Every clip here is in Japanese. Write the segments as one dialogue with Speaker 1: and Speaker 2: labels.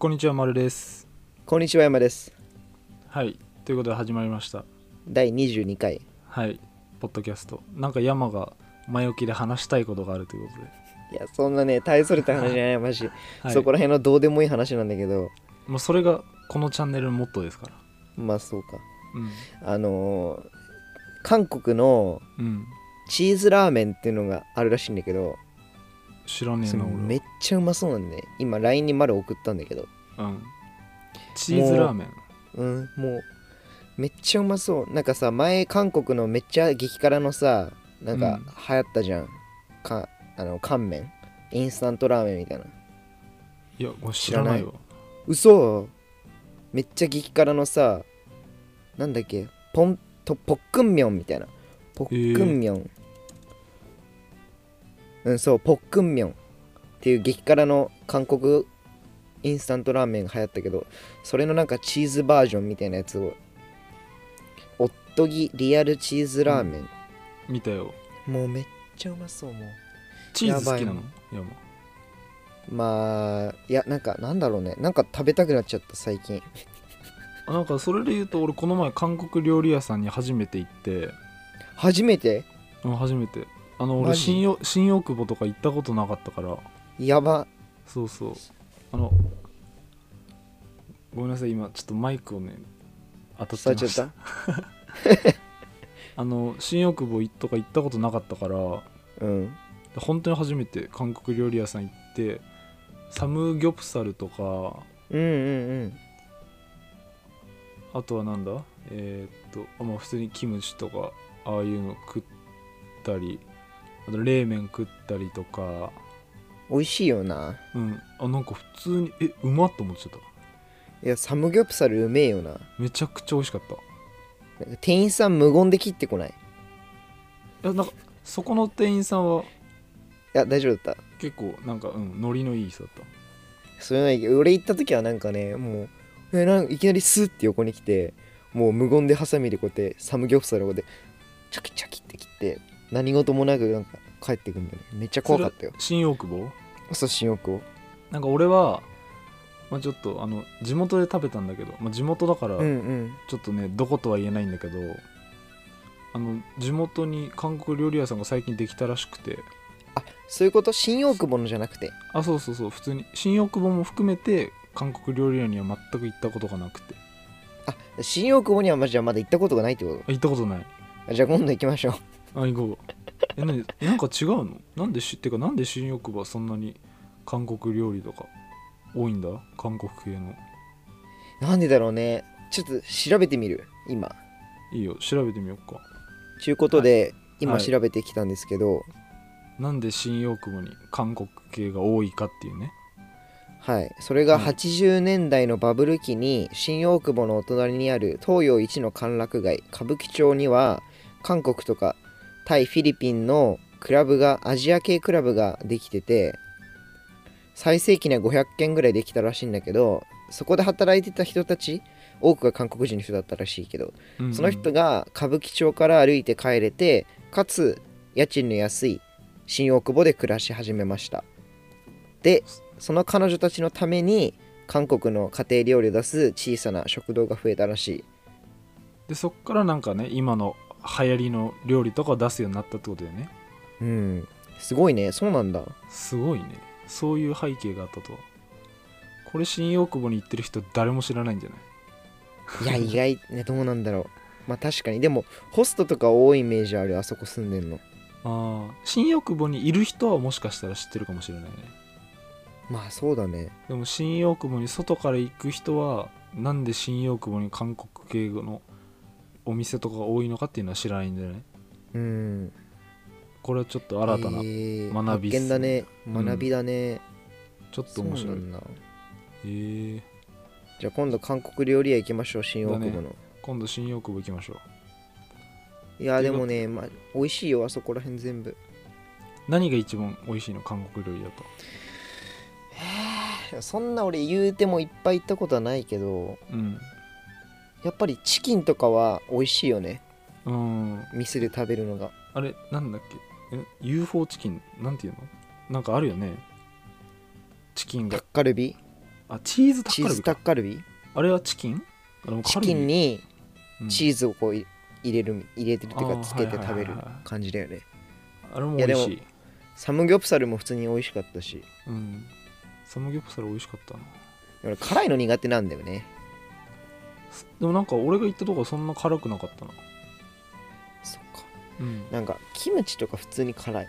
Speaker 1: こんにちは、まるです。
Speaker 2: こんにちは山です
Speaker 1: はい、ということで始まりました。
Speaker 2: 第22回
Speaker 1: はい、ポッドキャスト。なんか山が前置きで話したいことがあるということで。
Speaker 2: いやそんなね大それた話じゃないマ ジ、
Speaker 1: はい、
Speaker 2: そこら辺のどうでもいい話なんだけど
Speaker 1: もうそれがこのチャンネルのモットーですから。
Speaker 2: まあそうか
Speaker 1: うん。
Speaker 2: あのー韓国の
Speaker 1: うん。
Speaker 2: チーズラーメンっていうのがあるらしいんだけど
Speaker 1: 知らねえ
Speaker 2: それ
Speaker 1: な、
Speaker 2: め
Speaker 1: 俺
Speaker 2: っちゃうまそうなんで、ね、今 LINE に丸送ったんだけど
Speaker 1: は。うん。チーズラーメン。
Speaker 2: うんもうめっちゃうまそうなんかさ前韓国のめっちゃ激辛のさなんか
Speaker 1: うん
Speaker 2: 流行ったじゃん、かあの乾麺インスタントラーメンみたいない
Speaker 1: や、俺知らないわ。
Speaker 2: 嘘めっちゃ激辛のさなんだっけポンとポックンミョンみたいなポックンミョン、うんそうポックンミョンっていう激辛の韓国インスタントラーメンが流行ったけどそれのなんかチーズバージョンみたいなやつをおっとぎリアルチーズラーメン、
Speaker 1: 見たよ。
Speaker 2: もうめっちゃうまそうもう
Speaker 1: チーズ好きなの
Speaker 2: や
Speaker 1: 山。
Speaker 2: まあいやなんかなんだろうねなんか食べたくなっちゃった最近
Speaker 1: あなんかそれで言うと、俺この前韓国料理屋さんに初めて行って、
Speaker 2: 初めて
Speaker 1: うん初めて。あの、
Speaker 2: マ
Speaker 1: 俺
Speaker 2: ジ
Speaker 1: 新よ新大久保とか行ったことなかったから。
Speaker 2: やば
Speaker 1: そうそうあのごめんなさい今ちょっとマイクをね当たっちゃいました
Speaker 2: 伝え
Speaker 1: あの新大久保とか行ったことなかったから
Speaker 2: うん
Speaker 1: 本当に初めて韓国料理屋さん行ってサムギョプサルとか
Speaker 2: うんうん
Speaker 1: あとはなんだえーっとあまあ普通にキムチとかああいうの食ったりあと冷麺食ったりとか
Speaker 2: うん美味しいよな
Speaker 1: うんあなんか普通にえうまっと思っちゃった
Speaker 2: いやサムギョプサルうめえよな
Speaker 1: めちゃくちゃ美味しかった
Speaker 2: なんか店員さん無言で切ってこないい
Speaker 1: いやなんかそこの店員さんは
Speaker 2: や大丈夫だっ
Speaker 1: 結構なんかうんノリのいい人だった
Speaker 2: たそれないけど俺行った時はなんかねもうえなんかいきなりスッて横に来てもう無言でハサミでこうやってサムギョプサルをこうやってチャキチャキって切って何事もなくなんか帰ってくんだよねめっちゃ怖かったよ
Speaker 1: 新大久保
Speaker 2: そう新大久
Speaker 1: なんか俺は、まあ、ちょっとあの地元で食べたんだけど、まあ、地元だから
Speaker 2: 保うんうん
Speaker 1: ちょっとね、どことは言えないんだけどあの地元に韓国料理屋さんが最近できたらしくて
Speaker 2: そういうこと新大久保のじゃなくて
Speaker 1: あそうそうそう普通に新大久保も含めて韓国料理屋には全く行ったことがなくて
Speaker 2: あ新大久保にはまじゃあまだ行ったことがないってこ
Speaker 1: あ行ったことない
Speaker 2: とあじゃあ今度行きましょう
Speaker 1: あ行こう えなんでなんか違うのなんでしってかなんで新大久保はそんなに韓国料理とか多いんだ韓国系の
Speaker 2: なんでだろうねちょっと調べてみる今
Speaker 1: いいよ調べてみようか
Speaker 2: ちゅうことで、今
Speaker 1: はい
Speaker 2: 調べてきたんですけど、
Speaker 1: なんで新大久保に韓国系が多いかっていうね
Speaker 2: はい、それが
Speaker 1: うん
Speaker 2: 80年代のバブル期に新大久保のお隣にある東洋一の歓楽街歌舞伎町には韓国とかタイフィリピンのクラブがアジア系クラブができてて最盛期には500件ぐらいできたらしいんだけどそこで働いてた人たち多くが韓国人の人だったらしいけど
Speaker 1: うんうん
Speaker 2: その人が歌舞伎町から歩いて帰れてかつ家賃の安い新大久保で暮らし始めましたでその彼女たちのために韓国の家庭料理を出す小さな食堂が増えたらしい
Speaker 1: でそっからなんかね今の流行りの料理とかを出すようになったってことだよね
Speaker 2: うんすごいねそ うなんだ
Speaker 1: すごいねそういう背景があったとはこれ新大久保に行ってる人誰も知らないんじゃない
Speaker 2: いや意外ねどうなんだろうまあ確かにでもホストとか多いイメージあるあそこ住んでんの
Speaker 1: ああ新大久保にいる人はもしかしたら知ってるかもしれないね
Speaker 2: まあそうだね
Speaker 1: でも新大久保に外から行く人はなんで新大久保に韓国系のお店とかが多いのかっていうのは知らないんじゃない
Speaker 2: うん
Speaker 1: これはちょっと新たな、
Speaker 2: えー
Speaker 1: 学びっすね
Speaker 2: 発見だね
Speaker 1: ん
Speaker 2: 学びだね、
Speaker 1: ちょっと
Speaker 2: そう
Speaker 1: 面
Speaker 2: な
Speaker 1: 白い
Speaker 2: んだ
Speaker 1: えー、
Speaker 2: じゃあ今度韓国料理屋行きましょう新大久保の、
Speaker 1: 今度新大久保行きましょう
Speaker 2: いや
Speaker 1: という
Speaker 2: で
Speaker 1: こ
Speaker 2: も
Speaker 1: と
Speaker 2: ね、まあ、美味しいよあそこら辺全部
Speaker 1: 何が一番美味しいの韓国料理だと
Speaker 2: そんな俺言うてもいっぱい行ったことはないけど
Speaker 1: うん
Speaker 2: やっぱりチキンとかは美味しいよね
Speaker 1: うん
Speaker 2: 店で食べるのが
Speaker 1: あれなんだっけえ UFO チキンなんていうのなんかあるよねチキン
Speaker 2: タ
Speaker 1: が
Speaker 2: ッカルビ
Speaker 1: あチーズタッ
Speaker 2: チ
Speaker 1: カル
Speaker 2: ー
Speaker 1: ビ
Speaker 2: ズタ
Speaker 1: か
Speaker 2: ッカルビ
Speaker 1: あれはチキンあでも
Speaker 2: チ
Speaker 1: カルビ
Speaker 2: キンに
Speaker 1: うん
Speaker 2: チーズをこうい入れる入れてるっていう
Speaker 1: あー
Speaker 2: かつけて
Speaker 1: はいは
Speaker 2: 食
Speaker 1: いは
Speaker 2: べ
Speaker 1: いはい
Speaker 2: る感じだよね
Speaker 1: あれも美味しい
Speaker 2: サムギョプサルも普通に美味しかったし
Speaker 1: うんサムギョプサル美味しかったな
Speaker 2: 俺辛いの苦手なんだよね
Speaker 1: すでもなんか俺が行ったとこはそんな辛くなかったな
Speaker 2: そっか
Speaker 1: うん
Speaker 2: なんかキムチとか普通に辛い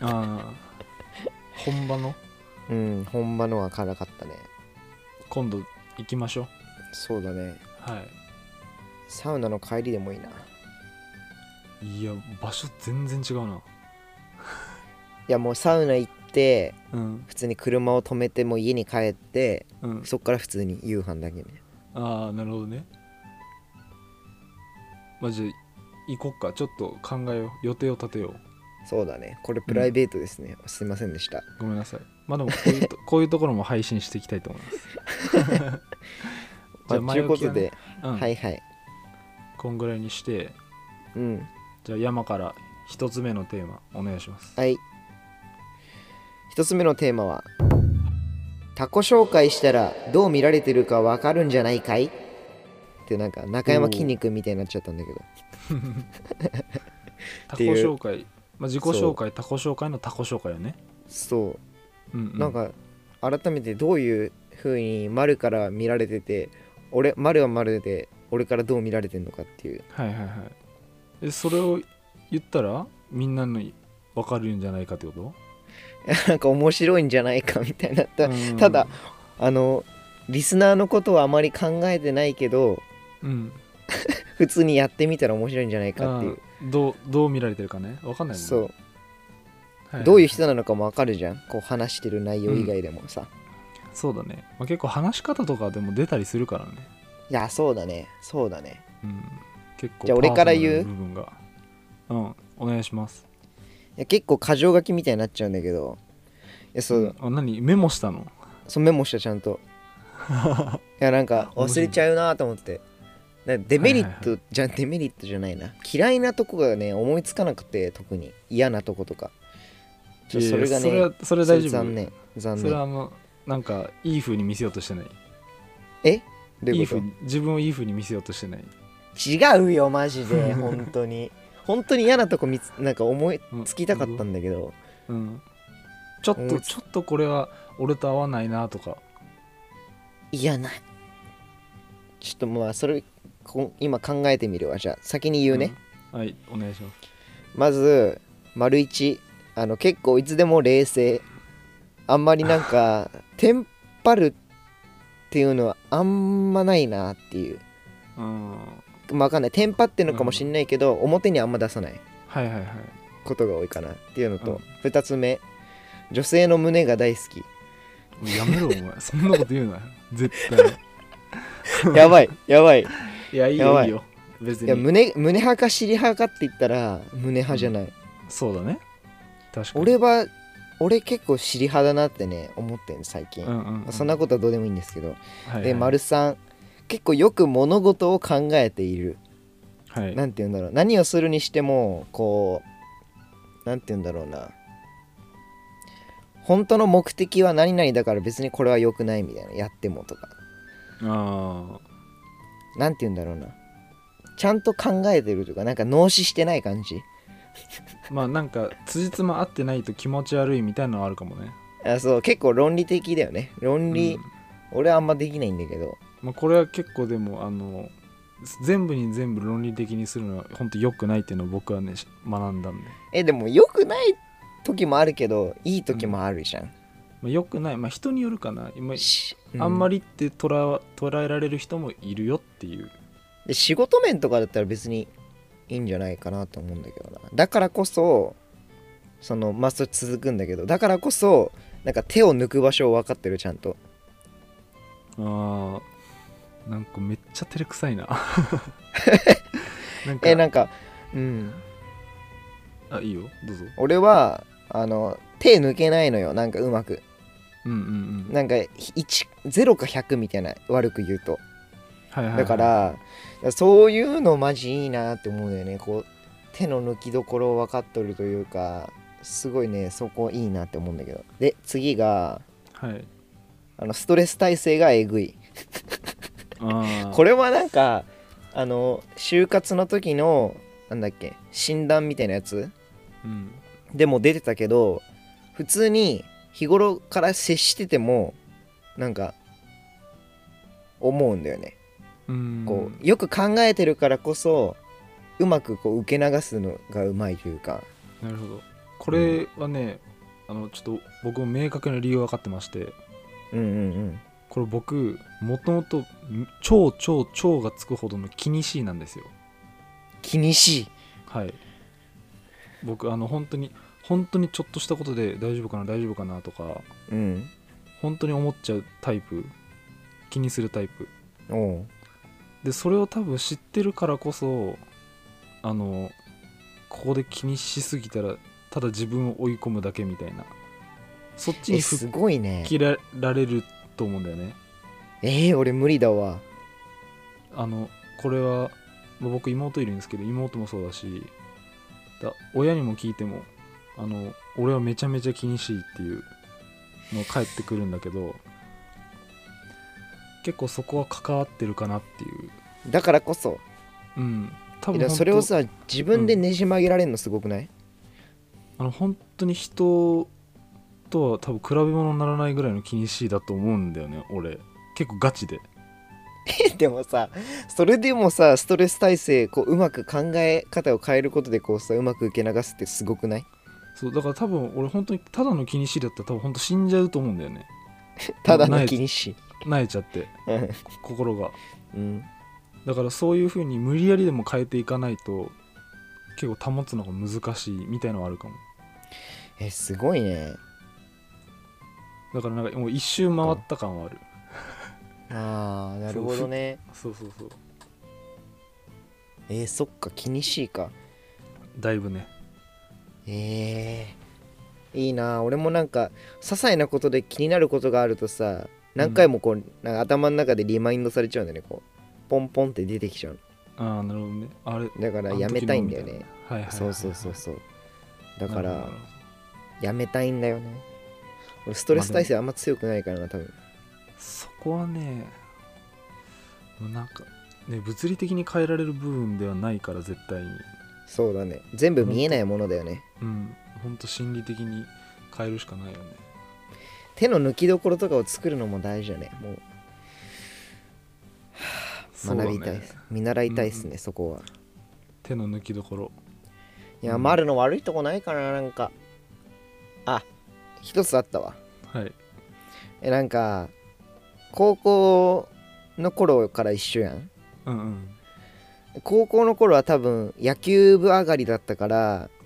Speaker 1: あー本場の
Speaker 2: うん本場のは辛かったね
Speaker 1: 今度行きましょう
Speaker 2: そうだね
Speaker 1: は
Speaker 2: サウナの帰りでもいいない
Speaker 1: いや場所全然違うない
Speaker 2: やもうサウナ行って
Speaker 1: うん
Speaker 2: 普通に車を止めてもう家に帰って
Speaker 1: うん
Speaker 2: そっから普通に夕飯だけね
Speaker 1: ああなるほどねまあじゃあ行こっかちょっと考えよう予定を立てよう
Speaker 2: そうだねこれプライベートですね、すいませんでした
Speaker 1: ごめんなさいまあでもこう いうとこういうところも配信していきたいと思いますじゃあ
Speaker 2: まあというこ
Speaker 1: 前置
Speaker 2: とで、
Speaker 1: きはねうん
Speaker 2: はいはい
Speaker 1: こんぐらいにして
Speaker 2: うん
Speaker 1: じゃあ山から一つ目のテーマお願いします
Speaker 2: はい一つ目のテーマは「他己紹介したらどう見られてるかわかるんじゃないかい?」ってなんか中山きんに君みたいになっちゃったんだけど
Speaker 1: 他
Speaker 2: て
Speaker 1: 己
Speaker 2: いう
Speaker 1: 紹介、まあ、自己紹介他己紹介の他己紹介よね
Speaker 2: そう
Speaker 1: うん、うん、
Speaker 2: なんか改めてどういう風に丸から見られてて俺丸は丸で俺からどう見られてんのかっていう
Speaker 1: はいはいはいえそれを言ったらみんなの分かるんじゃないかってこ
Speaker 2: なんか面白いんじゃないかみたいな
Speaker 1: と
Speaker 2: た
Speaker 1: うん
Speaker 2: ただあのリスナーのことはあまり考えてないけど
Speaker 1: うん
Speaker 2: 普通にやってみたら面白いんじゃないかっていう
Speaker 1: あーどうどう見られてるかね分かんないもんね
Speaker 2: そう
Speaker 1: はは
Speaker 2: どういう人なのかもわかるじゃんこう話してる内容以外でもさ、
Speaker 1: そうだね、まあ、結構話し方とかでも出たりするからね、
Speaker 2: いやそうだねそうだね
Speaker 1: うん、結構
Speaker 2: じゃあ俺から言
Speaker 1: パーソナ
Speaker 2: う
Speaker 1: ルな部分がうんお願いします
Speaker 2: いや結構箇条書きみたいになっちゃうんだけどいやそう、
Speaker 1: んあ何メモしたの
Speaker 2: そうメモしたちゃん といやなんか忘れちゃうなと思ってだデメリットじゃんデメリットじゃないな嫌いなとこがね思いつかなくて特に嫌なとことかちょ
Speaker 1: いや
Speaker 2: そ
Speaker 1: い
Speaker 2: れ
Speaker 1: や
Speaker 2: が
Speaker 1: それ
Speaker 2: ね
Speaker 1: はそれ大丈夫
Speaker 2: 残念残
Speaker 1: それはあ
Speaker 2: 念
Speaker 1: のなんかいい風に見せようとしてない
Speaker 2: えどう
Speaker 1: い
Speaker 2: い
Speaker 1: いう
Speaker 2: こ
Speaker 1: 風に自分をいい風に見せようとしてない
Speaker 2: と違うよマジ で本当に本当に嫌なとこ見つなんか思いつきたかったんだけど
Speaker 1: うんちょっ
Speaker 2: 思
Speaker 1: と
Speaker 2: いつ
Speaker 1: ちょっとこれは俺と合わないなとか
Speaker 2: いやないちょっとまあそれこ今考えてみるわじゃあ先に言うね、
Speaker 1: うんはいお願いします
Speaker 2: まず丸一あの結構いつでも冷静あんまりなんかテンパるっていうのはあんまないなっていう
Speaker 1: うんは
Speaker 2: まあわかんないテンパってるのかもしんないけど、表にあんま出さない
Speaker 1: いはいはい
Speaker 2: ことが多いかなっていうの
Speaker 1: う
Speaker 2: と
Speaker 1: ん、
Speaker 2: 二つ目女性の胸が大好き
Speaker 1: もうやめろお前そんなこと言うな絶 対
Speaker 2: やばいやばい
Speaker 1: いやいい
Speaker 2: や
Speaker 1: よ
Speaker 2: ばい
Speaker 1: いいよ別
Speaker 2: いや
Speaker 1: に
Speaker 2: 胸胸派か尻派かって言ったら胸派じゃない、
Speaker 1: そうだね確かに
Speaker 2: 俺は俺結構尻派だなってね思ってん最近、
Speaker 1: うんうんう
Speaker 2: まあ
Speaker 1: ん
Speaker 2: そんなことはどうでもいいんですけど、
Speaker 1: はいはい
Speaker 2: で丸三結構よく物事を考えている
Speaker 1: はい
Speaker 2: 何て言うんだろう何をするにしてもこう何て言うんだろうな本当の目的は何々だから別にこれは良くないみたいなやってもとか
Speaker 1: ああ
Speaker 2: 何て言うんだろうなちゃんと考えてるとかなんか脳死してない感じ
Speaker 1: まあなんか辻褄合ってないと気持ち悪いみたいなのはあるかもね
Speaker 2: あそう結構論理的だよね論理、
Speaker 1: うん
Speaker 2: 俺はあんまできないんだけど
Speaker 1: まあ、これは結構でもあの全部に全部論理的にするのは本当良くないっていうのを僕はねし学んだんで、
Speaker 2: えでも良くない時もあるけどいい時もあるじゃん、
Speaker 1: まあ、良くない、まあ、人によるかな今、
Speaker 2: し
Speaker 1: あんま
Speaker 2: り
Speaker 1: りって捉わ捉えられる人もいるよっていう
Speaker 2: で仕事面とかだったら別にいいんじゃないかなと思うんだけどなだからこそそのまあそれ続くんだけどだからこそなんか手を抜く場所を分かってるちゃんと
Speaker 1: あーなんかめっちゃ照れくさ いななんか
Speaker 2: えなんかうん
Speaker 1: あいいよどうぞ
Speaker 2: 俺はあの手抜けないのよなんかうまく
Speaker 1: うんうんうん
Speaker 2: なんか10か100みたいな悪く言うと
Speaker 1: はいはいはい
Speaker 2: だから,、そういうのマジいいなって思うんだよねこう手の抜きどころを分かっとるというかすごいねそこいいなって思うんだけどで次が
Speaker 1: はい
Speaker 2: あのストレス耐性がえぐい
Speaker 1: ああ
Speaker 2: これはなんかあの就活の時のなんだっけ診断みたいなやつ
Speaker 1: うん
Speaker 2: でも出てたけど普通に日頃から接しててもなんか思うんだよね、
Speaker 1: うん
Speaker 2: こうよく考えてるからこそうまくこう受け流すのがうまいというか
Speaker 1: なるほどこれはね、あのちょっと僕も明確な理由分かってまして
Speaker 2: うんうん
Speaker 1: これ僕もともと超超超がつくほどの気にしいなんですよ
Speaker 2: うん気にしい
Speaker 1: はい僕あの本当に本当にちょっとしたことで大丈夫かな大丈夫かなとか
Speaker 2: うん
Speaker 1: 本当に思っちゃうタイプ気にするタイプ
Speaker 2: おう
Speaker 1: でそれを多分知ってるからこそあのここで気にしすぎたらただ自分を追い込むだけみたいなそっち
Speaker 2: え
Speaker 1: に吹
Speaker 2: す
Speaker 1: っ
Speaker 2: ごいね
Speaker 1: 切らられると思うんだよね
Speaker 2: えー、俺無理だわ
Speaker 1: あのこれは、まあ僕妹いるんですけど妹もそうだしだ親にも聞いてもあの俺はめちゃめちゃ気にしいっていうの返ってくるんだけど結構そこは関わってるかなっていう
Speaker 2: だからこそ
Speaker 1: うん多
Speaker 2: え
Speaker 1: 分
Speaker 2: だから
Speaker 1: 本当
Speaker 2: それをさ自分でねじ曲げられるのすごくない、
Speaker 1: あの本当に人とは多分比べ物にならないぐらいの気にしいだと思うんだよね俺結構ガチで
Speaker 2: でもさそれでもさストレス耐性こううまく考え方を変えることでこうさうまく受け流すってすごくない
Speaker 1: そうだから多分俺本当にただの気にしいだったら多分本当死んじゃうと思うんだよね
Speaker 2: ただ
Speaker 1: な
Speaker 2: の
Speaker 1: い
Speaker 2: 気にし
Speaker 1: 萎えちゃ って
Speaker 2: うん
Speaker 1: 心が
Speaker 2: うん
Speaker 1: だからそういう風に無理やりでも変えていかないと結構保つのが難しいみたいのはあるかも
Speaker 2: えすごいね
Speaker 1: だからなんかもう一周回った感はある
Speaker 2: あーなるほどね
Speaker 1: そうそうそう
Speaker 2: えー、そっか気にしいか
Speaker 1: だいぶね
Speaker 2: えー、いいな俺もなんか些細なことで気になることがあるとさ何回もこう、なんか頭の中でリマインドされちゃうんだよねこうポンポンって出てきちゃう
Speaker 1: ああなるほどねあれ
Speaker 2: のだか
Speaker 1: あ
Speaker 2: ら
Speaker 1: の
Speaker 2: やめたいんだよ
Speaker 1: 時のみ
Speaker 2: ね
Speaker 1: たいなはいはいはいはい
Speaker 2: そうそうそうそうだか
Speaker 1: なるほ
Speaker 2: ら
Speaker 1: どなるほど
Speaker 2: やめたいんだよね俺ストレス耐性あんま強くないからな多分
Speaker 1: そこはねもうなんかね物理的に変えられる部分ではないから絶対に
Speaker 2: そうだね全部見えないものだよね
Speaker 1: うんほんと心理的に変えるしかないよね
Speaker 2: 手の抜きどころとかを作るのも大事だねもう学びたいっす、
Speaker 1: そうだね
Speaker 2: 見習いたいですね、そこは
Speaker 1: 手の抜きどころ
Speaker 2: いや、
Speaker 1: うん
Speaker 2: 丸の悪いとこないかななんかあ一つあったわ
Speaker 1: はい
Speaker 2: えなんか高校の頃から一緒やん
Speaker 1: うんうん
Speaker 2: 高校の頃は多分野球部上がりだったから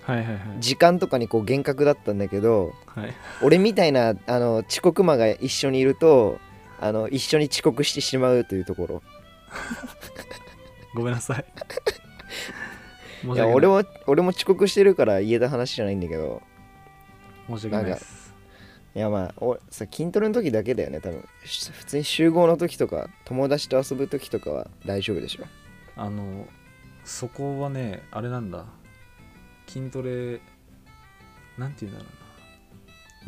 Speaker 1: はいはいはい
Speaker 2: 時間とかにこう厳格だったんだけど
Speaker 1: はい
Speaker 2: 俺みたいなあの遅刻魔が一緒にいるとあの一緒に遅刻してしまうというところ
Speaker 1: ごめんな さい申
Speaker 2: い
Speaker 1: し訳な
Speaker 2: や俺も俺も遅刻してるから言えた話じゃないんだけど
Speaker 1: 申し訳ないです
Speaker 2: いやまあおさ筋トレの時だけだよね多分し普通に集合の時とか友達と遊ぶ時とかは大丈夫でしょ
Speaker 1: あのそこはねあれなんだ筋トレなんて言うんだろうな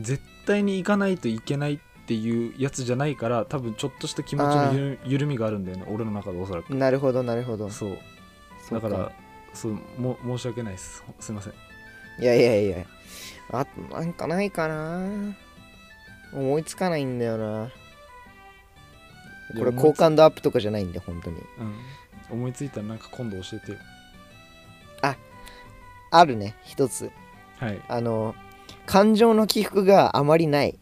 Speaker 1: 絶対に行かないといけないっていうやつじゃないから多分ちょっとした気持ち
Speaker 2: あ
Speaker 1: の
Speaker 2: ー
Speaker 1: ゆ緩みがあるんだよね俺の中でおそらく
Speaker 2: なるほどなるほど
Speaker 1: そう
Speaker 2: そ
Speaker 1: だ
Speaker 2: っ
Speaker 1: からそうも申し訳ないですすいません
Speaker 2: いやいやいやあなんかないかな思いつかないんだよなこれ好感度アップとかじゃないんで本当に
Speaker 1: うん思いついたらなんか今度教えてよ
Speaker 2: あるね一つ
Speaker 1: はい
Speaker 2: あの感情の起伏があまりない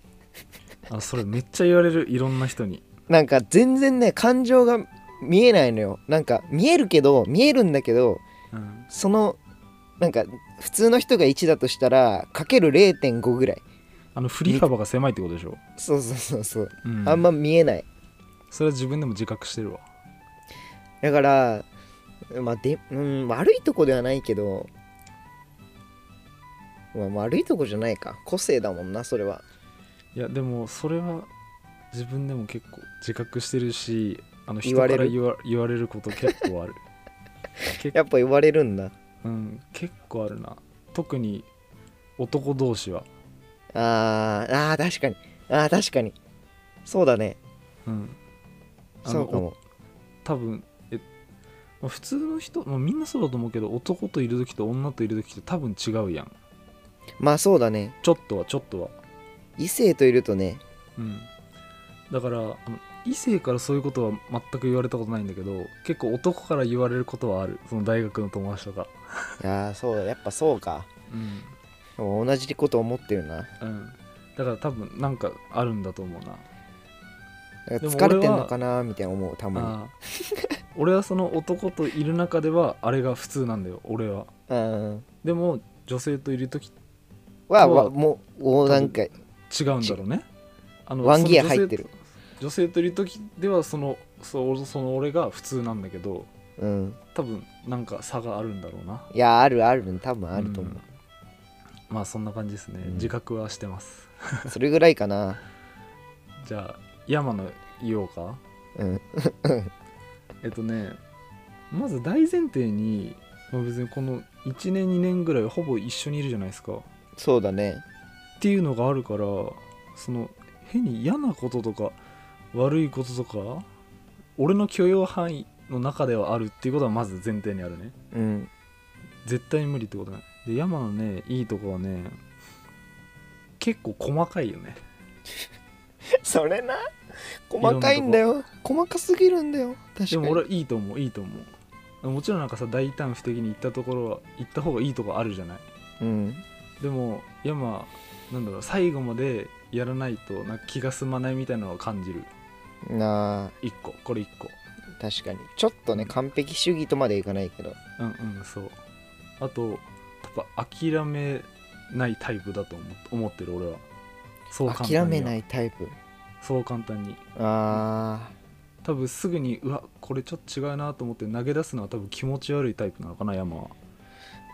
Speaker 1: あそれめっちゃ言われるいろんな人に
Speaker 2: なんか全然ね感情が見えないのよなんか見えるけど見えるんだけど
Speaker 1: うん
Speaker 2: そのなんか普通の人が1だとしたらかける0.5ぐらい
Speaker 1: あの振り幅が狭いってことでしょ、
Speaker 2: そうそうそうそう、
Speaker 1: うん、
Speaker 2: あんま見えない
Speaker 1: それは自分でも自覚してるわ
Speaker 2: だからまあで、うん、悪いとこではないけど、まあ、悪いとこじゃないか個性だもんなそれはい
Speaker 1: やでもそれは自分でも結構自覚してるしあの
Speaker 2: 言
Speaker 1: 人
Speaker 2: わ
Speaker 1: か
Speaker 2: れ
Speaker 1: ら
Speaker 2: る
Speaker 1: 言わ言われること結構ある
Speaker 2: やっぱ言われるんだ
Speaker 1: うん結構あるな特に男同士は
Speaker 2: あーあー確かにあー確かにそうだね
Speaker 1: うんあ
Speaker 2: そうか
Speaker 1: の
Speaker 2: も
Speaker 1: 多分えまあ普通の人、まあみんなそうだと思うけど男といる時と女といる時って多分違うやん
Speaker 2: まあそうだね
Speaker 1: ちょっとはちょっとは
Speaker 2: 異性といるとね
Speaker 1: うんだからあの異性からそういうことは全く言われたことないんだけど結構男から言われることはあるその大学の友達とか
Speaker 2: いやーそうだやっぱそうか
Speaker 1: うん、
Speaker 2: でも同じこと思ってるな
Speaker 1: うん、だから多分なんかあるんだと思うなでも俺は
Speaker 2: だから疲れてんのかなみたいな思うたま
Speaker 1: あー俺はその男といる中ではあれが普通なんだよ俺は
Speaker 2: にうん
Speaker 1: でも女性といる時
Speaker 2: は
Speaker 1: そう
Speaker 2: わもうもうなんか
Speaker 1: 違うんだろうねあの
Speaker 2: ワンギア
Speaker 1: その女性
Speaker 2: 入ってる
Speaker 1: 女性といる時ではそのそうその俺が普通なんだけど
Speaker 2: うん
Speaker 1: 多分なんか差があるんだろうない
Speaker 2: やあるある多分あると思う、
Speaker 1: まあそんな感じですね、
Speaker 2: うん
Speaker 1: 自覚はしてます
Speaker 2: それぐらいかな
Speaker 1: じゃあ山の言おうか
Speaker 2: うん
Speaker 1: えっとねまず大前提に、まあ、別にこの1年2年ぐらいほぼ一緒にいるじゃないですかっ
Speaker 2: そうだね
Speaker 1: ていうのがあるからその変に嫌なこととか悪いこととか俺の許容範囲の中ではあるっていうことはまず前提にあるね
Speaker 2: うん
Speaker 1: 絶対無理ってことないで山のねいいとこはね結構細かいよね
Speaker 2: それな細かいんだよ細かすぎるんだよ確
Speaker 1: で
Speaker 2: かに
Speaker 1: も俺はいいと思ういいと思うもちろんなんかさ大胆不敵に行ったところは行った方がいいとこあるじゃない
Speaker 2: うん
Speaker 1: でもいやまあなんだろう最後までやらないとなんか気が済まないみたいなのを感じる
Speaker 2: なあ
Speaker 1: 1個これ1個
Speaker 2: 確かにちょっとね完璧主義とまでいかないけど
Speaker 1: うんうんそうあとやっぱ諦めないタイプだと思思ってる俺はそう簡単には
Speaker 2: 諦めないタイプ
Speaker 1: そう簡単に
Speaker 2: あ
Speaker 1: 多分すぐにうわこれちょっと違うなと思って投げ出すのは多分気持ち悪いタイプなのかな山は
Speaker 2: ー、ま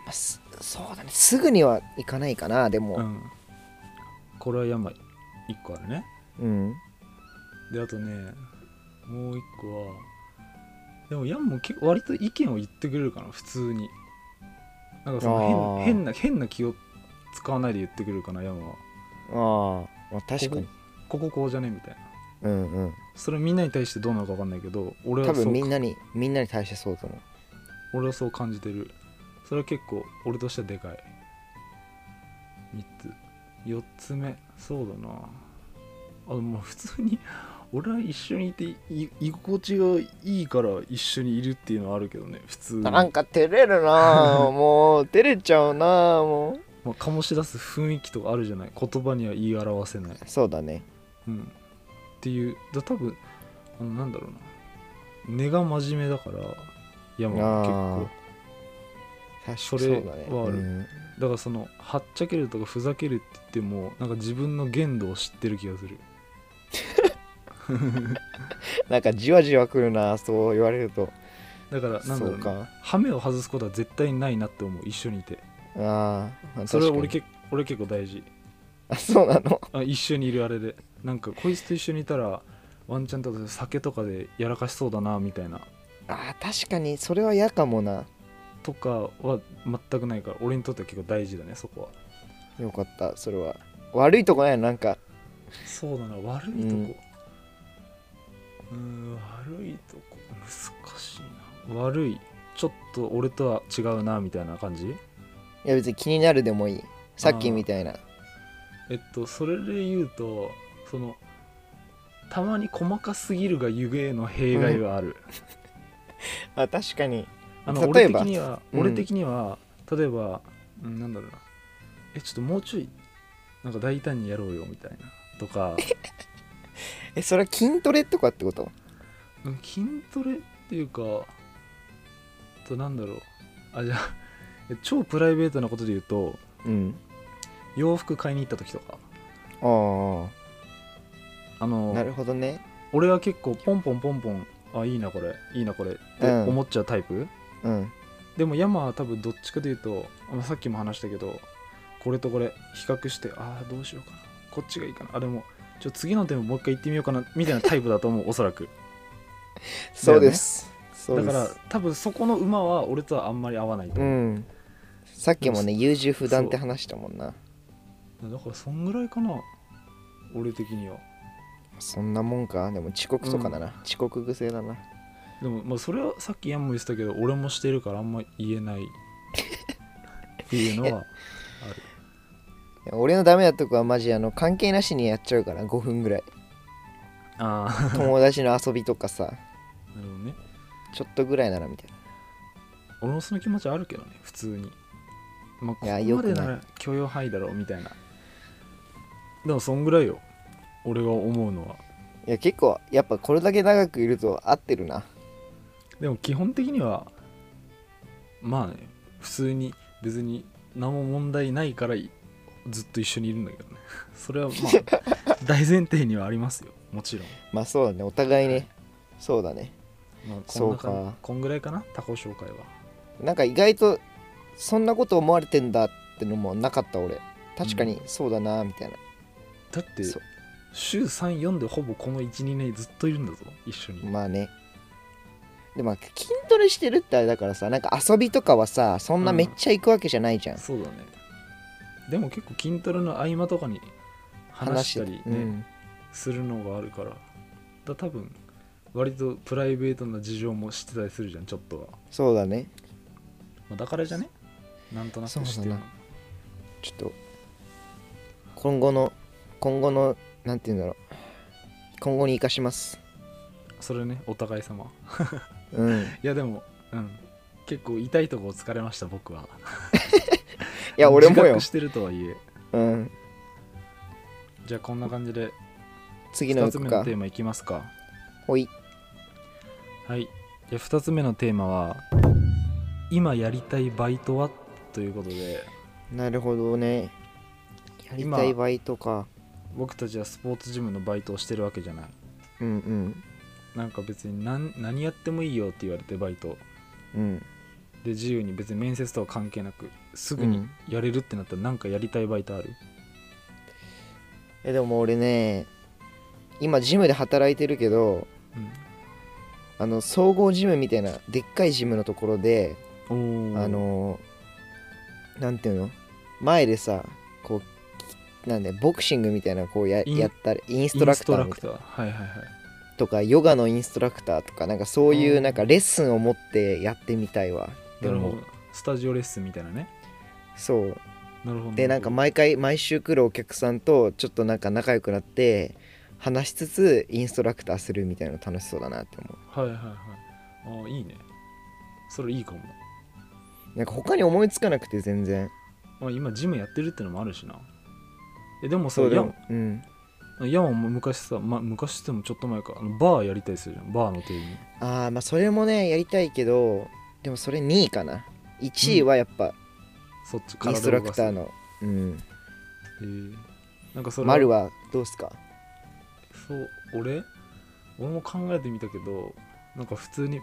Speaker 2: あ、すそうだねすぐにはいかないかなで
Speaker 1: う
Speaker 2: も
Speaker 1: んこれは山1個あるね
Speaker 2: うん、
Speaker 1: であとねもう1個はでもヤンも結構割と意見を言ってくれるかな普通になんかその
Speaker 2: あ
Speaker 1: 変
Speaker 2: ー
Speaker 1: 変な変な気を使わないで言ってくれるかなヤンは
Speaker 2: ああまあ確かに
Speaker 1: こここここうじゃねみたいな
Speaker 2: うんうん
Speaker 1: それみんなに対してどうなのか分かんないけど俺
Speaker 2: 多
Speaker 1: はそ
Speaker 2: 分
Speaker 1: う
Speaker 2: みんなにみんなに対してそうだと思う
Speaker 1: 俺はそう感じてるそれは結構俺としてはでかい3つ4つ目そうだなあもう普通に 俺は一緒にいてい居心地がいいから一緒にいるっていうのはあるけどね普通に、
Speaker 2: なんか照れるなあ もう照れちゃうなあもう
Speaker 1: まあ、醸し出す雰囲気とかあるじゃない言葉には言い表せない、
Speaker 2: そうだね
Speaker 1: うん、っていうだ多分あのなんだろうな根が真面目だから山は結構
Speaker 2: 確
Speaker 1: そ
Speaker 2: かに
Speaker 1: れ
Speaker 2: そうだね
Speaker 1: はある
Speaker 2: うん
Speaker 1: だからそのはっちゃけるとかふざけるって言ってもなんか自分の限度を知ってる気がする
Speaker 2: なんかじわじわくるなそう言われると
Speaker 1: だからなんだ
Speaker 2: そ
Speaker 1: ろう
Speaker 2: う
Speaker 1: な
Speaker 2: か
Speaker 1: ハメを外すことは絶対にないなって思う一緒にいて
Speaker 2: ああ
Speaker 1: それは俺
Speaker 2: 結
Speaker 1: け俺結構大事
Speaker 2: 構そうなの
Speaker 1: あ一緒にいるあれでなんかこいつと一緒にいたらワンチャンとか酒とかでやらかしそうだなみたいな
Speaker 2: あー確かにそれは嫌かもな
Speaker 1: とかは全くないから俺にとっては結構大事だねそこは
Speaker 2: よかったそれは悪いとこないのなんか
Speaker 1: そうだな悪いとこうーん悪いとこ難しいな悪いちょっと俺とは違うなみたいな感じ
Speaker 2: いや別に気になるでもいいさっきみたいな
Speaker 1: えっとそれで言うとそのたまに細かすぎるがゆえの弊害はある、
Speaker 2: あ確かに
Speaker 1: あの
Speaker 2: 例
Speaker 1: 俺
Speaker 2: え
Speaker 1: 的
Speaker 2: ば
Speaker 1: には、
Speaker 2: うん
Speaker 1: 俺的には例えば、うん、なんだろうなえちょっともうちょいなんか大胆にやろうよみたいなとか
Speaker 2: えそれは筋トレとかってこと
Speaker 1: うん筋トレっていうかあとなんだろうあじゃあえ超プライベートなことで言うと
Speaker 2: うん
Speaker 1: 洋服買いに行った時とか
Speaker 2: あ
Speaker 1: あ
Speaker 2: あ
Speaker 1: の
Speaker 2: なるほどね
Speaker 1: 俺は結構ポンポンポンポンあいいなこれいいなこれって
Speaker 2: うん
Speaker 1: 思っちゃうタイプ、
Speaker 2: うん
Speaker 1: でも山は多分どっちかというと、まあ、さっきも話したけどこれとこれ比較してああどうしようかなこっちがいいかなあでもちょ次のテーマもう一回行ってみようかなみたいなタイプだと思うおそらく
Speaker 2: そうです、 そう
Speaker 1: だ
Speaker 2: です
Speaker 1: から多分そこの馬は俺とはあんまり合わないと
Speaker 2: う
Speaker 1: 思う、
Speaker 2: んさっきもね優柔不断って話したもんな
Speaker 1: だからそんぐらいかな俺的には
Speaker 2: そんなもんかでも遅刻とかだな、
Speaker 1: う
Speaker 2: 遅刻癖だな
Speaker 1: でも、まあ、それはさっきヤンも言ってたけど俺もしてるからあんま言えないっていうのは
Speaker 2: 俺のダメなとこはマジあの関係なしにやっちゃうから5分ぐ らい
Speaker 1: あ
Speaker 2: 友達の遊びとかさ
Speaker 1: あなるほどね
Speaker 2: ちょっとぐらいならみたいな
Speaker 1: 俺もその気持ちあるけどね普通にまあこ
Speaker 2: いや
Speaker 1: こまで
Speaker 2: よくな
Speaker 1: ないら許容範囲だろうみたいなでもそんぐらいよ俺が思うのはい
Speaker 2: や結構やっぱこれだけ長くいると合ってるな
Speaker 1: でも基本的にはまあね普通に別に何も問題ないからいずっと一緒にいるんだけどね それはまあ大前提にはありますよも ちろん、
Speaker 2: まあそうだねお互いねそうだね
Speaker 1: まあ、こん
Speaker 2: そう
Speaker 1: な
Speaker 2: か
Speaker 1: 感じこんぐらいかな他己紹介は
Speaker 2: なんか意外とそんなこと思われてんだってのもなかった俺確かにそうだなみたいな、
Speaker 1: だって
Speaker 2: そう
Speaker 1: 週34でほぼこの12年ずっといるんだぞ一緒に
Speaker 2: まあねでも筋トレしてるってあれだからさなんか遊びとかはさそんなめっちゃ行くわけじゃないじゃん、
Speaker 1: そうだねでも結構筋トレの合間とかに話したりね、
Speaker 2: うん、
Speaker 1: するのがあるからだから多分割とプライベートな事情も知ってたりするじゃんちょっとは
Speaker 2: そうだね
Speaker 1: まあ、だからじゃねなんとなくして
Speaker 2: そう
Speaker 1: る
Speaker 2: だ
Speaker 1: の
Speaker 2: なちょっと今後の今後のなんて言うんだろう今後に生かします
Speaker 1: それねお互い様
Speaker 2: うんい
Speaker 1: いやでもうん結構痛いとこ疲れました僕はい
Speaker 2: や俺も
Speaker 1: 自
Speaker 2: よ
Speaker 1: 覚、してるとはいえ
Speaker 2: うん、
Speaker 1: じゃあこんな感じで
Speaker 2: 次の
Speaker 1: 2つ
Speaker 2: 行
Speaker 1: 目
Speaker 2: く
Speaker 1: の
Speaker 2: か
Speaker 1: テーマいきますか
Speaker 2: ほい
Speaker 1: はいじゃあ2つ目のテーマは「今やりたいバイトは?」ということで
Speaker 2: なるほどねやりたい
Speaker 1: 今
Speaker 2: バイトか
Speaker 1: 僕たちはスポーツジムのバイトをしてるわけじゃない
Speaker 2: うんうん
Speaker 1: なんか別に何何やってもいいよって言われてバイト
Speaker 2: うん
Speaker 1: で自由に別に面接とは関係なくすぐにやれるってなったらなんかやりたいバイトある、
Speaker 2: えでも俺ね今ジムで働いてるけど
Speaker 1: うん、
Speaker 2: あの総合ジムみたいなでっかいジムのところで、
Speaker 1: おー
Speaker 2: あのなんていうの前でさこうなんでボクシングみたいなこうや
Speaker 1: イン
Speaker 2: やったりイン
Speaker 1: イ
Speaker 2: ス
Speaker 1: ン
Speaker 2: トラ
Speaker 1: ス
Speaker 2: クタ
Speaker 1: ト
Speaker 2: ー
Speaker 1: ラ
Speaker 2: み
Speaker 1: ク
Speaker 2: たい
Speaker 1: ターはいはいはい
Speaker 2: なとかヨガのインストラクターとかなんかそういううんなんかレッスンを持ってやってみたいわで
Speaker 1: なるほど
Speaker 2: も
Speaker 1: スタジオレッスンみたいなね
Speaker 2: そう
Speaker 1: なるほど
Speaker 2: でなんか毎回毎週来るお客さんとちょっとなんか仲良くなって話しつつインストラクターするみたいなの楽しそうだなって思う
Speaker 1: はいはいはいああいいねそれいいかも、
Speaker 2: なんか他に思いつかなくて全然
Speaker 1: まあ、今ジムやってるってのもあるしなえでもさ
Speaker 2: そうで
Speaker 1: ヤ
Speaker 2: もうん
Speaker 1: ンヤンも昔さ、まあ、昔ってもちょっと前かあのバーやりたいっするじゃんバーの店員
Speaker 2: ああまあそれもねやりたいけどでもそれ2位かな1位はやっぱ
Speaker 1: そっち
Speaker 2: イ
Speaker 1: 体動
Speaker 2: ン
Speaker 1: か
Speaker 2: ス
Speaker 1: す
Speaker 2: トラクターのうん
Speaker 1: えーなんかそれ
Speaker 2: 丸はどうっすか
Speaker 1: そう俺俺も考えてみたけどなんか普通に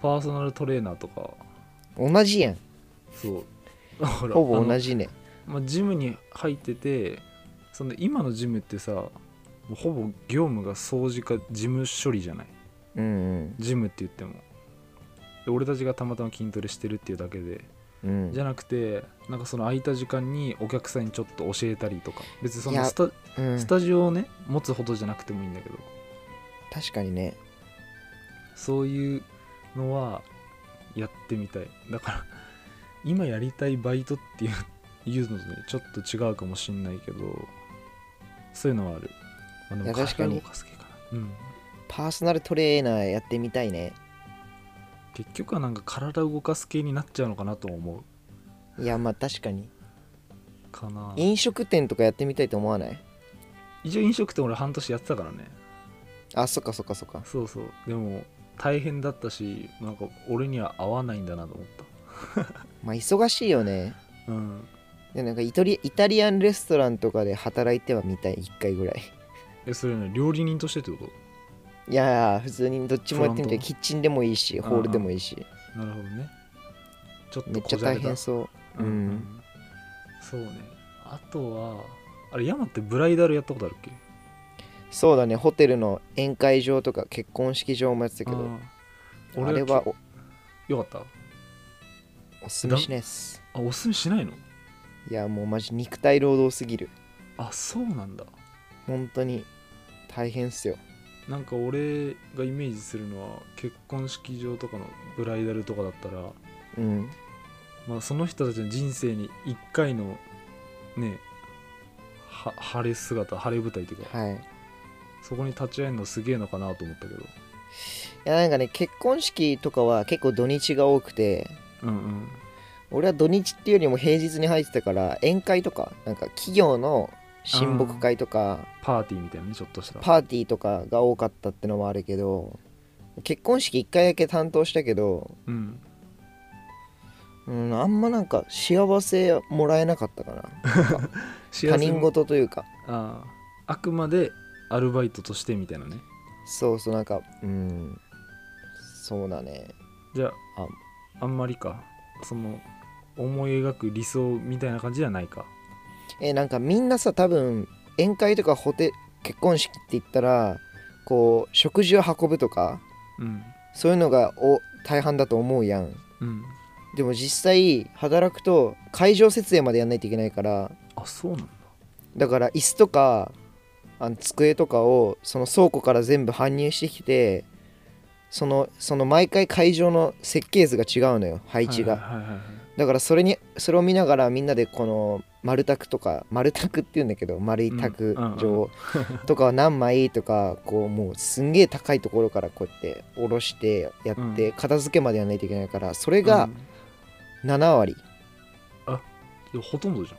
Speaker 1: パーソナルトレーナーとか
Speaker 2: 同じやん
Speaker 1: そうほら
Speaker 2: ほぼ
Speaker 1: あの
Speaker 2: 同じね
Speaker 1: まあ、ジムに入っててその今のジムってさもうほぼ業務が掃除か事務処理じゃない
Speaker 2: うん
Speaker 1: ジムって言ってもで俺たちがたまたま筋トレしてるっていうだけで
Speaker 2: うんうん
Speaker 1: じゃなくてなんかその空いた時間にお客さんにちょっと教えたりとか別にそ
Speaker 2: い
Speaker 1: の
Speaker 2: や
Speaker 1: スタ
Speaker 2: うん
Speaker 1: スタジオをね持つほどじゃなくてもいいんだけど
Speaker 2: 確かにね
Speaker 1: そういうのはやってみたいだから今やりたいバイトっていう言うのとねちょっと違うかもしんないけどそういうのはある、まあ、でも
Speaker 2: いや確かに
Speaker 1: 体動かす系かな、うん、
Speaker 2: パーソナルトレーナーやってみたいね
Speaker 1: 結局はなんか体動かす系になっちゃうのかなと思う
Speaker 2: いやまあ確かに
Speaker 1: かな
Speaker 2: 飲食店とかやってみたいと思わない
Speaker 1: 一応飲食店俺半年やってたからね
Speaker 2: あそっかそっかそっか
Speaker 1: そうそうでも大変だったしなんか俺には合わないんだなと思っ
Speaker 2: まあ忙しいよね
Speaker 1: たうん
Speaker 2: でなんかイトリイタリアンレストランとかで働いてはみたい1回ぐらい
Speaker 1: えそれね料理人としてってこ
Speaker 2: いやー普通にどっちもやってみて
Speaker 1: フロント
Speaker 2: キッチンでもいいしホールでもいいし
Speaker 1: となるほどねちょっ
Speaker 2: め
Speaker 1: と
Speaker 2: っち
Speaker 1: こ
Speaker 2: ゃ
Speaker 1: じゃ
Speaker 2: 大
Speaker 1: れた
Speaker 2: 変そう
Speaker 1: うんうんそうねあとはあれ山ってブライダルやったことあるっけ
Speaker 2: そうだねホテルの宴会場とか結婚式場もやってたけど
Speaker 1: あー
Speaker 2: あれ
Speaker 1: 俺
Speaker 2: は
Speaker 1: は
Speaker 2: お
Speaker 1: よかった
Speaker 2: おすすめしないっす
Speaker 1: あおすすめしないの
Speaker 2: いやもうマジ肉体労働すぎる
Speaker 1: あそうなんだ
Speaker 2: 本当に大変っすよ
Speaker 1: なんか俺がイメージするのは結婚式場とかのブライダルとかだったら、
Speaker 2: うん
Speaker 1: まあ、その人たちの人生に1回のねは晴れ姿晴れ舞台というか
Speaker 2: はいい
Speaker 1: そこに立ち会えるのすげえのかなと思ったけど
Speaker 2: やなんかね結婚式とかは結構土日が多くて
Speaker 1: うんうん
Speaker 2: 俺は土日っていうよりも平日に入ってたから宴会とかなんか企業の親睦会とか
Speaker 1: パーティーみたいなねちょっとした
Speaker 2: パーティーとかが多かったってのもあるけど結婚式1回だけ担当したけど、
Speaker 1: うん
Speaker 2: うん、あんまなんか幸せもらえなかったかな
Speaker 1: 幸せ
Speaker 2: 他人事というか
Speaker 1: あああくまでアルバイトとしてみたいなね
Speaker 2: そうそうなんかうんそうだね
Speaker 1: じゃああんまりかその思い描く理想みたいな感じじゃないか
Speaker 2: えなんかみんなさ多分宴会とかホテ結婚式って言ったらこう食事を運ぶとか
Speaker 1: うん
Speaker 2: そういうのがお大半だと思うやん
Speaker 1: うん
Speaker 2: でも実際働くと会場設営までやんないといけないから
Speaker 1: あそうなんだ
Speaker 2: だから椅子とかあの机とかをその倉庫から全部搬入してきてそのその毎回会場の設計図が違うのよ配置が、
Speaker 1: はいはいはいはい
Speaker 2: だからそれにそれを見ながらみんなでこの丸卓とか丸卓って言うんだけど丸い卓
Speaker 1: うんうんうん
Speaker 2: 上とかは何枚とかこうもうすんげえ高いところからこうやって下ろしてやって片付けまでやらないといけないからそれ
Speaker 1: う
Speaker 2: が
Speaker 1: んい
Speaker 2: 7割
Speaker 1: やほとんどじゃん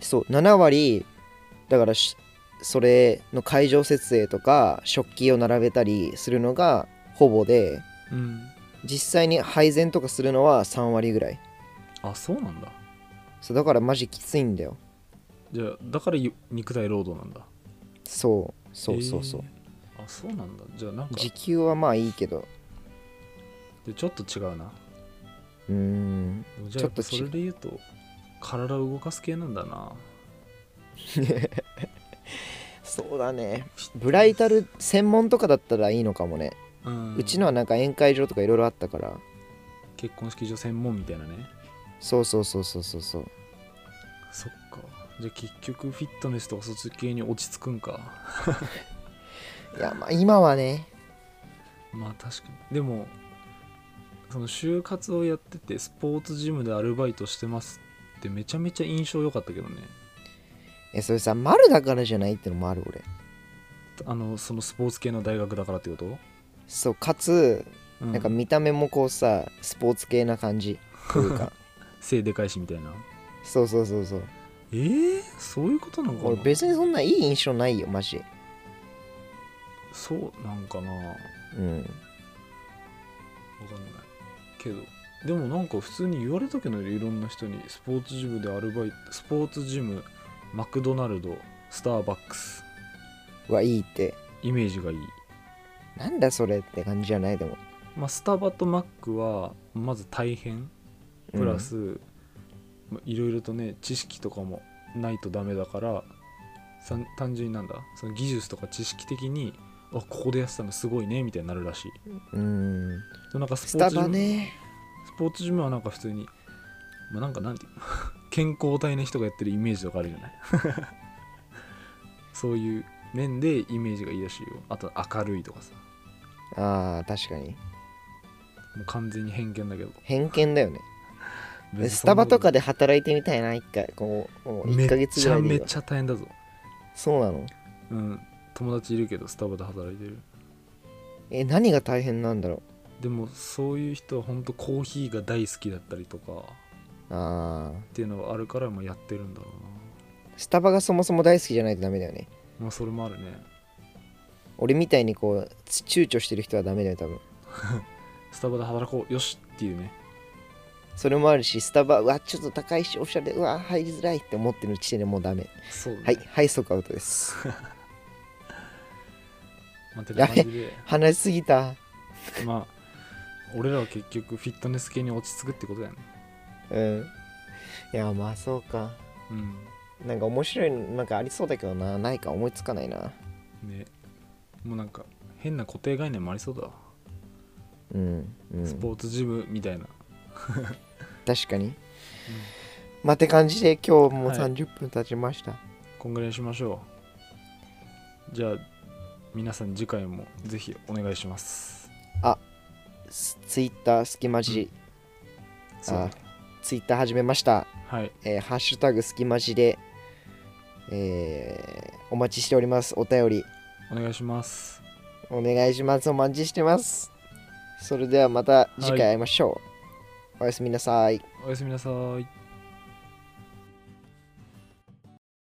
Speaker 2: そう7割だからしそれの会場設営とか食器を並べたりするのがほぼで
Speaker 1: うん
Speaker 2: 実際に配膳とかするのは3割ぐらい
Speaker 1: あそうなんだ
Speaker 2: そうだからマジきついんだよ
Speaker 1: じゃあだからゆ肉体労働なんだ
Speaker 2: そうそうそうそう、
Speaker 1: えーあそうなんだじゃあなんか
Speaker 2: 時給はまあいいけど
Speaker 1: でちょっと違うな
Speaker 2: うーん
Speaker 1: じゃあやっぱそ
Speaker 2: ちょっと違う
Speaker 1: れで言うと体を動かす系なんだな
Speaker 2: そうだねブライタル専門とかだったらいいのかもね、
Speaker 1: うん
Speaker 2: うちのはなんか宴会場とかいろいろあったから
Speaker 1: 結婚式場専門みたいなね
Speaker 2: そうそうそうそうそうそう
Speaker 1: そっかじゃあ結局フィットネスとかそっち系に落ち着くんか
Speaker 2: いやまあ今はね
Speaker 1: まあ確かにでもその就活をやっててスポーツジムでアルバイトしてますってめちゃめちゃ印象良かったけどね
Speaker 2: えそれさ丸だからじゃないってのもある俺
Speaker 1: あのそのスポーツ系の大学だからってこと、
Speaker 2: そうかつ
Speaker 1: うん、
Speaker 2: なんか見た目もこうさスポーツ系な感じとい うか
Speaker 1: 背でかいしみたいな
Speaker 2: そうそうそうそう
Speaker 1: えー、そういうことなのか
Speaker 2: 俺
Speaker 1: な
Speaker 2: 別にそんないい印象ないよマジで
Speaker 1: そうなんかなわ
Speaker 2: うん
Speaker 1: かんないけどでもなんか普通に言われたけどねいろんな人にスポーツジムでアルバイトスポーツジムマクドナルドスターバックス
Speaker 2: はいいって
Speaker 1: イメージがいい
Speaker 2: なんだそれって感じじゃないでも
Speaker 1: まあスタバとマックはまず大変
Speaker 2: うん
Speaker 1: プラス、まあいろいろとね知識とかもないとダメだからさん単純になんだその技術とか知識的にあここでやってたのすごいねみたいになるらしい
Speaker 2: うん
Speaker 1: でなんかス
Speaker 2: ス
Speaker 1: ポー
Speaker 2: タ
Speaker 1: ツジ
Speaker 2: バ
Speaker 1: ム、
Speaker 2: ね
Speaker 1: スポーツジムはなんか普通に、まあ、なんかなんていうの 健康体な人がやってるイメージとかあるじゃない そういう面でイメージがいいらしいよあと明るいとかさ
Speaker 2: あー確かに
Speaker 1: もう完全に偏見だけど
Speaker 2: 偏見だよね
Speaker 1: 別に
Speaker 2: ス
Speaker 1: そ
Speaker 2: タ
Speaker 1: んな
Speaker 2: バ
Speaker 1: こと
Speaker 2: かで働いてみたいな一回こうもう1ヶ月ぐらいでい
Speaker 1: め
Speaker 2: い
Speaker 1: っちゃめ
Speaker 2: わ
Speaker 1: っちゃ大変だぞ
Speaker 2: そうなの
Speaker 1: うん友達いるけどスタバで働いてる
Speaker 2: え何が大変なんだろ
Speaker 1: でもそういう人はほんとコーヒーが大好きだったりとか
Speaker 2: うあ
Speaker 1: っていうのがあるからもやってるんだろうな
Speaker 2: ースタバがそもそも大好きじゃないとダメだよね
Speaker 1: まあそれもあるね
Speaker 2: 俺みたいにこうつ躊躇してる人はダメだよ多分
Speaker 1: スタバで働こうよしっていうね
Speaker 2: それもあるしスタバうわちょっと高いしおしゃれうわ入りづらいって思ってる時点でもうダメ
Speaker 1: そうね
Speaker 2: はいはい即アウトです
Speaker 1: まあ、てな感じで
Speaker 2: 話しすぎた
Speaker 1: まあ俺らは結局フィットネス系に落ち着くってことだよね
Speaker 2: うんいやまあそうか
Speaker 1: うん
Speaker 2: なんか面白いのなんかありそうだけどなないか思いつかないな
Speaker 1: ねもうなんか変な固定概念もありそうだわ、
Speaker 2: うん、う
Speaker 1: ス
Speaker 2: ん、
Speaker 1: ポーツジムみたいな
Speaker 2: 確かに、まあって感じで今日もう
Speaker 1: はい
Speaker 2: 30分経ちました、
Speaker 1: こんぐらいにしましょうじゃあ皆さん次回もぜひお願いします
Speaker 2: ツイッタースキマジ
Speaker 1: そうだね
Speaker 2: ツイッター始めました、
Speaker 1: はい
Speaker 2: えーハッシュタグスキマジで、えーお待ちしておりますお便り
Speaker 1: お願いします
Speaker 2: お願いしますお待ちしてますそれではまた次回会いましょう、おやすみなさい
Speaker 1: おやすみなさい